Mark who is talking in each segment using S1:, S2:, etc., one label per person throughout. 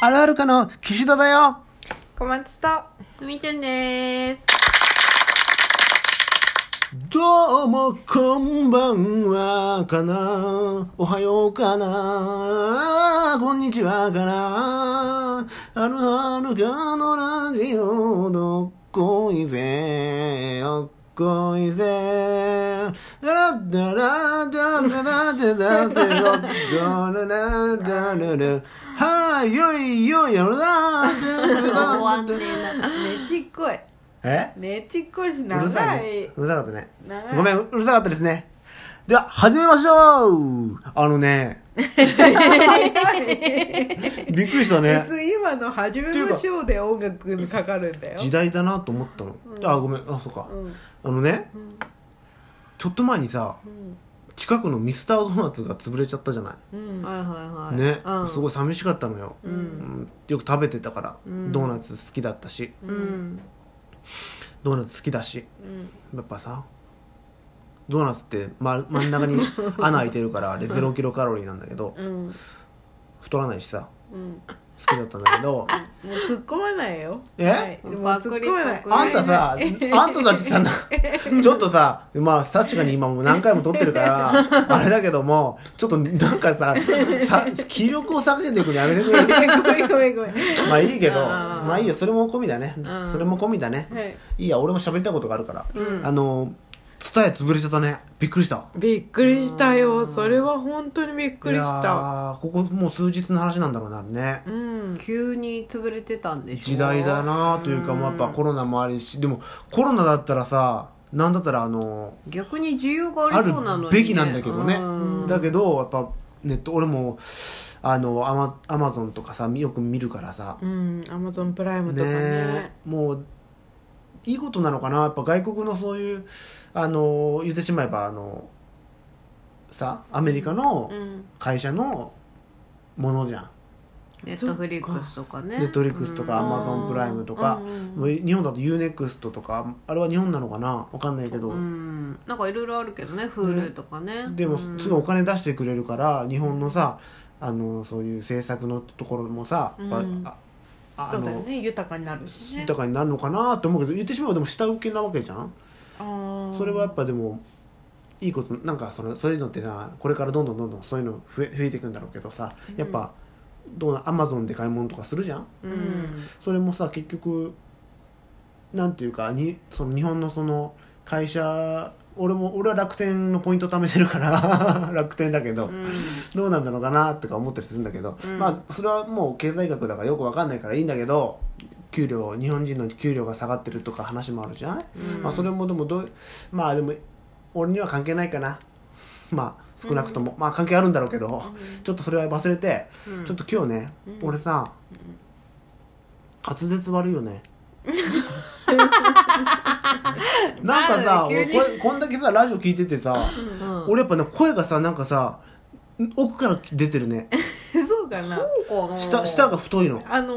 S1: あるあるかの岸田だよ
S2: 小松と
S3: ふみちゃんです。
S1: どうもこんばんはかなおはようかなこんにちはかなあるあるかのラジオどっこいぜよっこいぜダラッダラダダラダダダよっこららダララはいよいよいやろな
S3: 終わんねえな。
S2: ねちっこい
S1: え
S2: ねちっこいし
S1: うるさい
S2: 長
S1: ね
S2: い。
S1: うるさかったね
S2: 長。い
S1: ごめん、うるさかったですね。では、始めましょうあのね、びっくりしたね
S2: 普。通今の始めましょうで音楽かかるんだよ
S1: 時代だなと思ったの。あ、ごめん、あ、そうか
S2: う。ん
S1: あのね、
S2: うん
S1: ちょっと前にさ、
S2: うん
S1: 近くのミスタードーナツが潰れちゃったじゃな。
S2: うん
S3: はいはいはいい。
S1: ね
S3: うん、、
S1: すごい寂しかったのよ。
S2: う
S1: うんんよく食べてたから、
S3: うん
S1: ドーナツ好きだったし、
S3: う
S2: うん
S3: ん。
S1: ドーナツ好きだし、
S2: うん
S1: やっぱさ、ドーナツって、ま、真ん中に穴開いてるから、あれ0キロカロリーなんだけど、
S2: うん
S1: 太らないしさ、
S2: うん
S1: 好きだったんだけど、
S2: もう突っ込まないよ
S1: え
S2: はいもう突っ込まない
S3: パ
S1: あんた さ、あんただってさ、なちょっとさ、まあ確かに今もう何回も撮ってるから、あれだけども、ちょっとなんかさ、さ気力を下げていくのやめてくれ る。
S2: ごめんごめんごめん
S1: まあいいけど、
S3: うん
S1: まあいいよ、それも込みだね
S3: う。ん
S1: それも込みだね。
S2: はい
S1: いいや、俺も喋りたいことがあるから。
S3: うん
S1: あの、伝え潰れちゃったね。びっくりした。
S2: びっくりしたよそれは本当にびっくりし
S1: い
S2: た
S1: やー。ここもう数日の話なんだろうな、あれね。
S2: うん
S3: 急に潰れてたんでしょ。
S1: 時代だなというか、もうやっぱコロナもあるし、でもコロナだったらさ、なんだったらあの、
S3: 逆に需要がありそうなのに、ね、
S1: あるべきなんだけどね
S3: うん
S1: だけどやっぱネット俺もあのアマアマゾンとかさよく見るからさ
S2: うんアマゾンプライム
S1: ね
S2: とかね
S1: もういいことなのかなやっぱ外国のそういうあの言ってしまえばあのさアメリカの
S2: うん
S1: 会社のものじゃん、
S3: ネットフリックスとかね。
S1: ネットフリックスとかア
S3: うん
S1: マゾンプライムとか
S2: うんうん
S1: もう日本だと UNEXT とかあれは日本なのかなわかんないけど、
S3: うん。なんかいろいろあるけどね、Hulu とかね。
S1: でも
S3: うん
S1: すぐお金出してくれるから日本のさあのそういう制作のところもさ、やっぱ
S2: うん
S1: ああ
S2: そうだよ
S1: の、
S2: ね豊かになるしね
S1: 豊かになるのかなと思うけど言ってしまえばでも下請けなわけじゃん、そ
S2: そ
S1: れはやっぱでもいいことなんかそのそういうのってさこれからどんどんどんどんそういうの増え増えていくんだろうけどさやっぱ、どうなアマゾンで買い物とかするじゃん
S3: うん。
S1: それもさ結局なんていうかにその日本のその会社俺も俺は楽天のポイント貯めてるから 楽天だけど、
S3: うん。
S1: どうなんだろうかなとか思ったりするんだけど、
S3: うん
S1: まあそれはもう経済学だからよくわかんないからいいんだけど給料日本人の給料が下がってるとか話もあるじゃない、
S3: うん
S1: まあそれもでもどうまあでも俺には関係ないかなまあ少なくとも、まあ関係あるんだろうけど、ちょっとそれは忘れて、
S3: うん
S1: ちょっと今日ね、
S2: うん
S1: 俺さ、滑舌悪いよ ねなんかさ
S3: なんだ急
S1: 俺
S3: に
S1: これこんだけさラジオ聞いててさ、
S3: うん、
S1: 俺やっぱね声がさなんかさん奥から出てるね
S2: そうかな
S3: そうかな
S1: 下下が太いの
S2: あの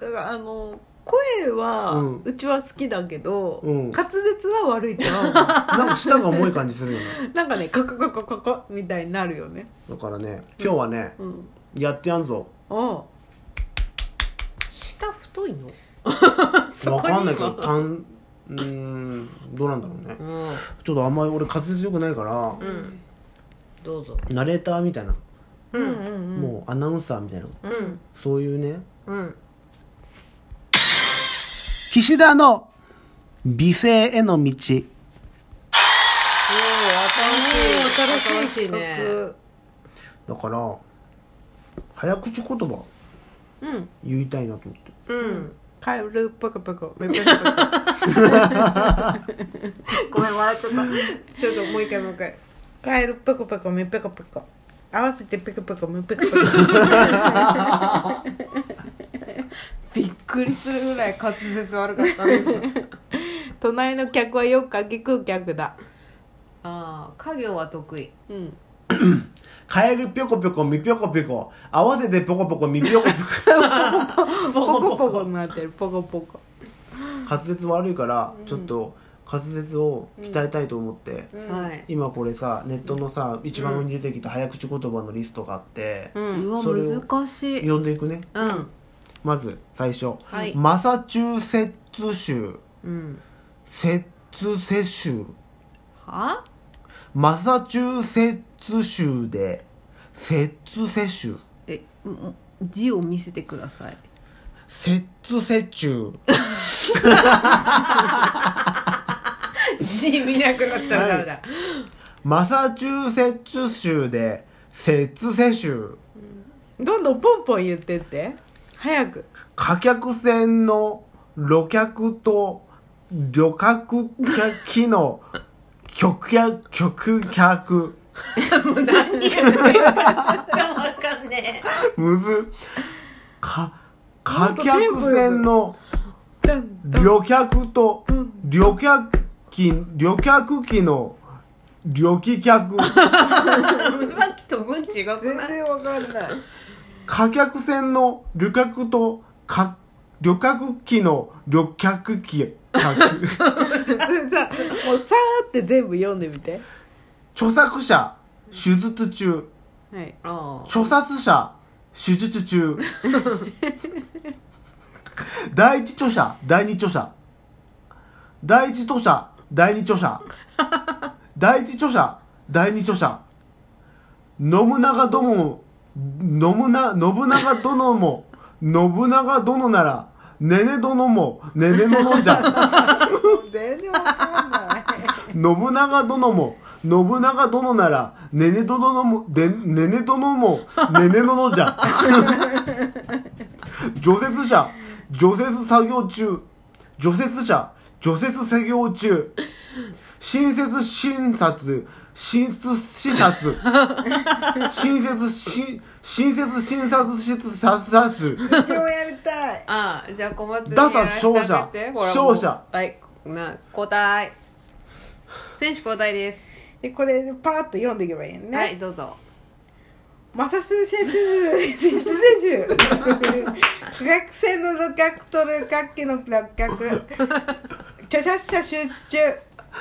S2: ーあのー声は、
S1: う
S2: うんちは好きだけど、
S1: うん
S2: 滑舌は悪いってな
S1: なんか下が重い感じするよね
S2: なんかねカカカカカカみたいになるよね
S1: だからね今日はね、
S2: うん
S1: やってやんぞ
S2: おう
S3: 下太いの
S2: そこ
S1: わ
S2: には
S1: かんないけどたんうーんどうなんだろうね
S3: うん、
S1: ちょっとあんまり俺滑舌良くないから、
S3: うん、どうぞ
S1: ナレーターみたいな、
S2: うんうんうん
S1: もうアナウンサーみたいな
S3: うん
S1: そういうね
S3: うん
S1: 岸田の美声への道
S3: おお
S2: 新
S3: 新しい
S2: しい企
S3: ね
S2: 画
S1: だから早口言葉
S2: うん
S1: 言いたいなと思って
S3: うん
S2: カエルパカパカパカパカ
S3: ごめん笑っちゃった ちょっともう一回もう一回
S2: カエルパカパカメパカパカ合わせてペカペカメペカペカ
S3: びっくりするぐらい滑舌悪かったね
S2: 隣の客はよくかき食う客だ
S3: ああ家業は得意
S2: うん
S1: カエルぴょこぴょこみぴょこぴょこ合わせてぽこぽこみぴょこぴょこ
S3: ポ
S2: ポコポコになってるポコポコ
S1: 滑舌悪いからちょっと滑舌を鍛えたいと思って、
S2: うん
S3: はい
S1: 今これさネットのさ一番上に出てきた早口言葉のリストがあって、
S2: うん
S3: うわ
S1: それを
S3: 難しい
S1: 読んでいくね
S3: うん
S1: まず最初、
S2: はい
S1: マサチューセッツ州
S2: うん
S1: セッツセ州
S3: は
S1: マサチューセッツ州でセッツセ州
S3: えうん字を見せてください
S1: セッツセチュ ー
S2: 字見なくなったらダメだ、
S1: マサチューセッツ州でセッツセ州
S2: どんどんポンポン言ってって早く
S1: 貨客船の路客と旅客機の客客客客
S3: わかんね
S1: むずか貨客船の
S2: ダンダン
S1: 旅客と旅客機旅客機の旅客客
S3: えさっきと文違く
S2: 全
S3: ない
S2: 然わかんない
S1: 貨客船の旅客とか旅客機の旅客機客
S2: それさもうさーって全部読んでみて
S1: 著作者手術中
S2: はい
S3: あ
S1: 著作者手術中第一著者第二著者第一著者第二著者第一著者第二著者信長ども信長信長殿も信長殿ならねね殿もねねののじゃ
S2: 全然わかんない
S1: 信長殿も信長殿ならねね殿のもでねね殿もねねののじゃ 除雪車除雪作業中除雪車除雪作業中新設診察新設視察新設し新設診察室ささす
S2: 一応やりたい
S3: ああじゃあ小松に
S1: だから
S3: やらせてあげて
S1: 勝者
S3: ほら
S1: 勝者
S3: もうはいな交代選手交代です
S2: でこれパーッと読んでいけばいいのね、
S3: はいどうぞ
S2: マサスーセツセツセツ科学船の六角とる楽器の六角著者者集中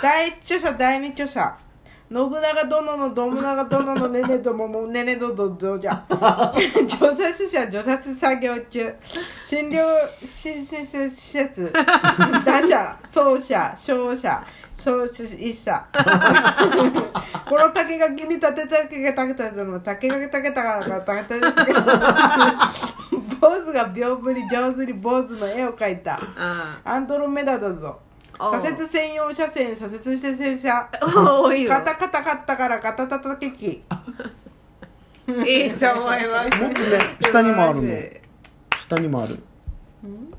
S2: 第一著者第二著者信長殿の信長殿のねねどももねねどどどじゃ調査者者除殺作業中診療施設施設打者走者勝者勝者一者この竹が君立てたけが竹たての竹が竹たが竹たけたけ坊主が屏風に上手に坊主の絵を描いた
S3: あ
S2: アンドロメダだぞ
S3: あ
S2: 左折専用車線左折して洗車
S3: 多いよ
S2: カタカタカッタからカタタタケキ
S3: いいと思います
S1: もっとね下にもある
S3: 素
S1: の
S3: 晴
S1: 下にもある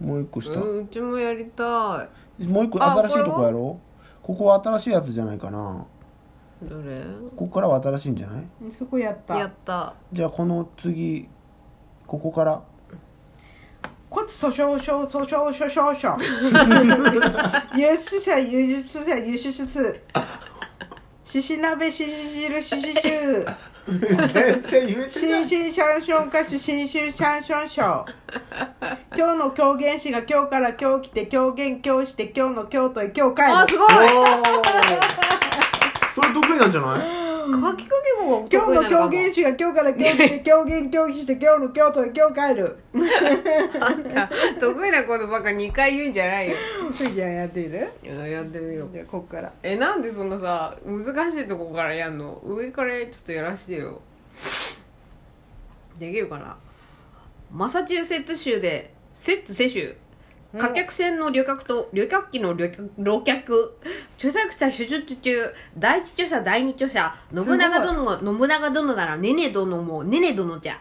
S1: もう一個
S3: らしい
S1: 下
S3: うんうちもやりた
S1: もう一個
S3: あ
S1: 新しいと
S3: こ
S1: こ
S3: れは
S1: やろここは新しいやつじゃないかない
S3: どれ
S1: ここからは新しいんじゃない
S2: そこやった
S3: やった
S1: じゃあこの次ここから
S2: 骨粗しょう症粗しょう症症症輸出者輸出者輸出者しし鍋しし汁しし汁
S1: 全然言え
S2: 新春シャンション歌手新春シャンションショー今日の狂言師が今日から今日来て狂言今日して今日の京都へ今
S3: あ
S2: 日帰
S3: す
S2: る
S3: ごい
S1: それ得意なんじゃない
S3: かきかけごが
S2: 今日の
S3: 得意なのか
S2: 狂
S3: も
S2: 言師が今日から今日来て狂言今日して今日の京都へ今日帰る
S3: あんた得意なことばっか2回言うんじゃないよ
S2: ふいちゃんやってみる
S3: いややってみよう
S2: じゃあこっから
S3: えなんでそんなさ難しいとこからやんの上からちょっとやらしてよできるかなマサチューセッツ州でセッツ世州貨客船の旅客と旅客機の旅客老客著作者手術中第一著者第二著者信長殿が信長殿ならねね殿もねね殿じゃ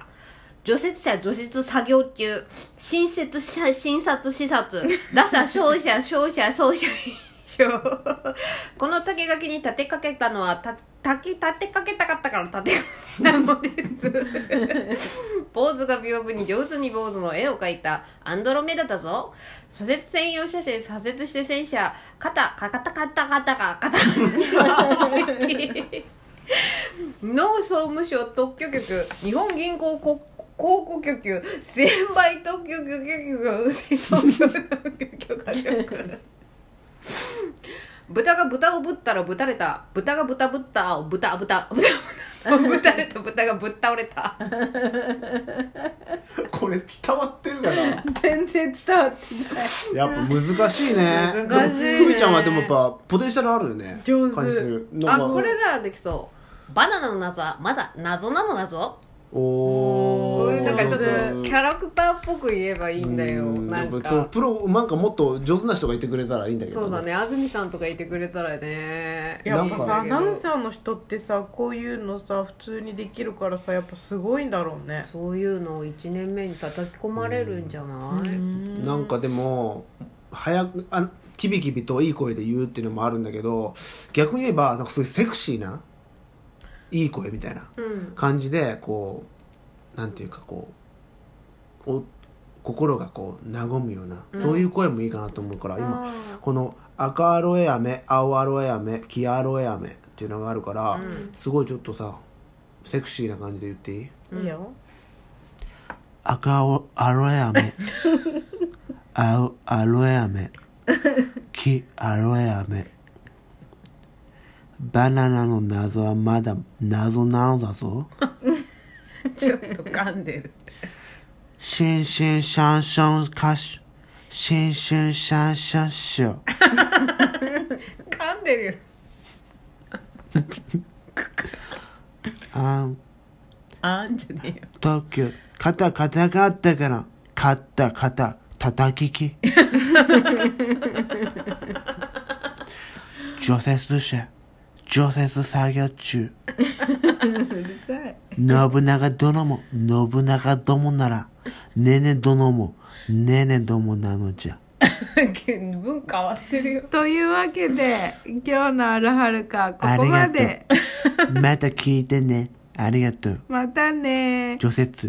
S3: 除雪車除雪作業中新設者新察視察打者勝者勝者勝者一生この竹垣に立てかけたのはた竹立てかけたかったから立てかけたのです坊主が屏風に上手に坊主の絵を描いたアンドロメダだぞ左折専用車線左折して戦車肩カタカタカタカタ農総務省特許局日本銀行国広告局専売特許局局特許局特許局豚が豚をぶったらぶたれた豚が豚ぶったを豚豚豚豚ぶたれた豚がぶっ倒れた
S1: これ伝わってるかな
S2: 全然伝わってな
S1: や
S2: い
S1: っぱ難しいねでも
S3: 難しいね
S1: ふみちゃんはでもやっぱポテンシャルあるよね
S2: 上手
S1: 感じするなん
S3: あ
S1: か
S3: これならできそうバナナの謎はまだ謎なの謎
S1: おー
S3: そういうなんかちょっと
S1: 上手
S3: キャラクターっぽく言えばいいんだよ
S1: うん
S3: なん
S1: その
S3: か
S1: プロなんかもっと上手な人がいてくれたらいいんだけど
S3: そうだね安住さんとかいてくれたらね
S1: な
S2: や
S1: ん
S2: っ
S1: か
S2: ぱさアナウンサーの人ってさこういうのさ普通にできるからさやっぱすごいんだろうね
S3: そういうのを1年目に叩き込まれるんじゃない、
S1: なんかでも早くあキビキビといい声で言うっていうのもあるんだけど逆に言えばなんかすごいセクシーないい声みたいな
S3: うん
S1: 感じでこうなんていうかこうお心がこう和むような、
S3: うん
S1: そういう声もいいかなと思うから今
S2: 今
S1: この赤アロエ飴青アロエ飴黄アロエ飴っていうのがあるから、
S3: うん
S1: すごいちょっとさセクシーな感じで言っていい
S2: いいよ
S1: 赤おアロエ飴青アロエ飴黄アロエ飴バナナの謎はまだ謎なのだぞ
S3: ちょっと噛んでる
S1: シンシンシャンシャン歌手シンシンシャンシャンシュ
S3: 噛んでるよ
S1: あん
S3: あんじゃねえよ
S1: ときゅ肩肩があったから肩肩叩きき除雪車除雪作業中
S2: うるさい
S1: 信長殿も信長どもならねね殿もねねどもなのじゃ
S3: 文化変わってるよ
S2: というわけで今日の「あるはるか」ここまで
S1: また聞いてねありがとう
S2: またね
S1: 除雪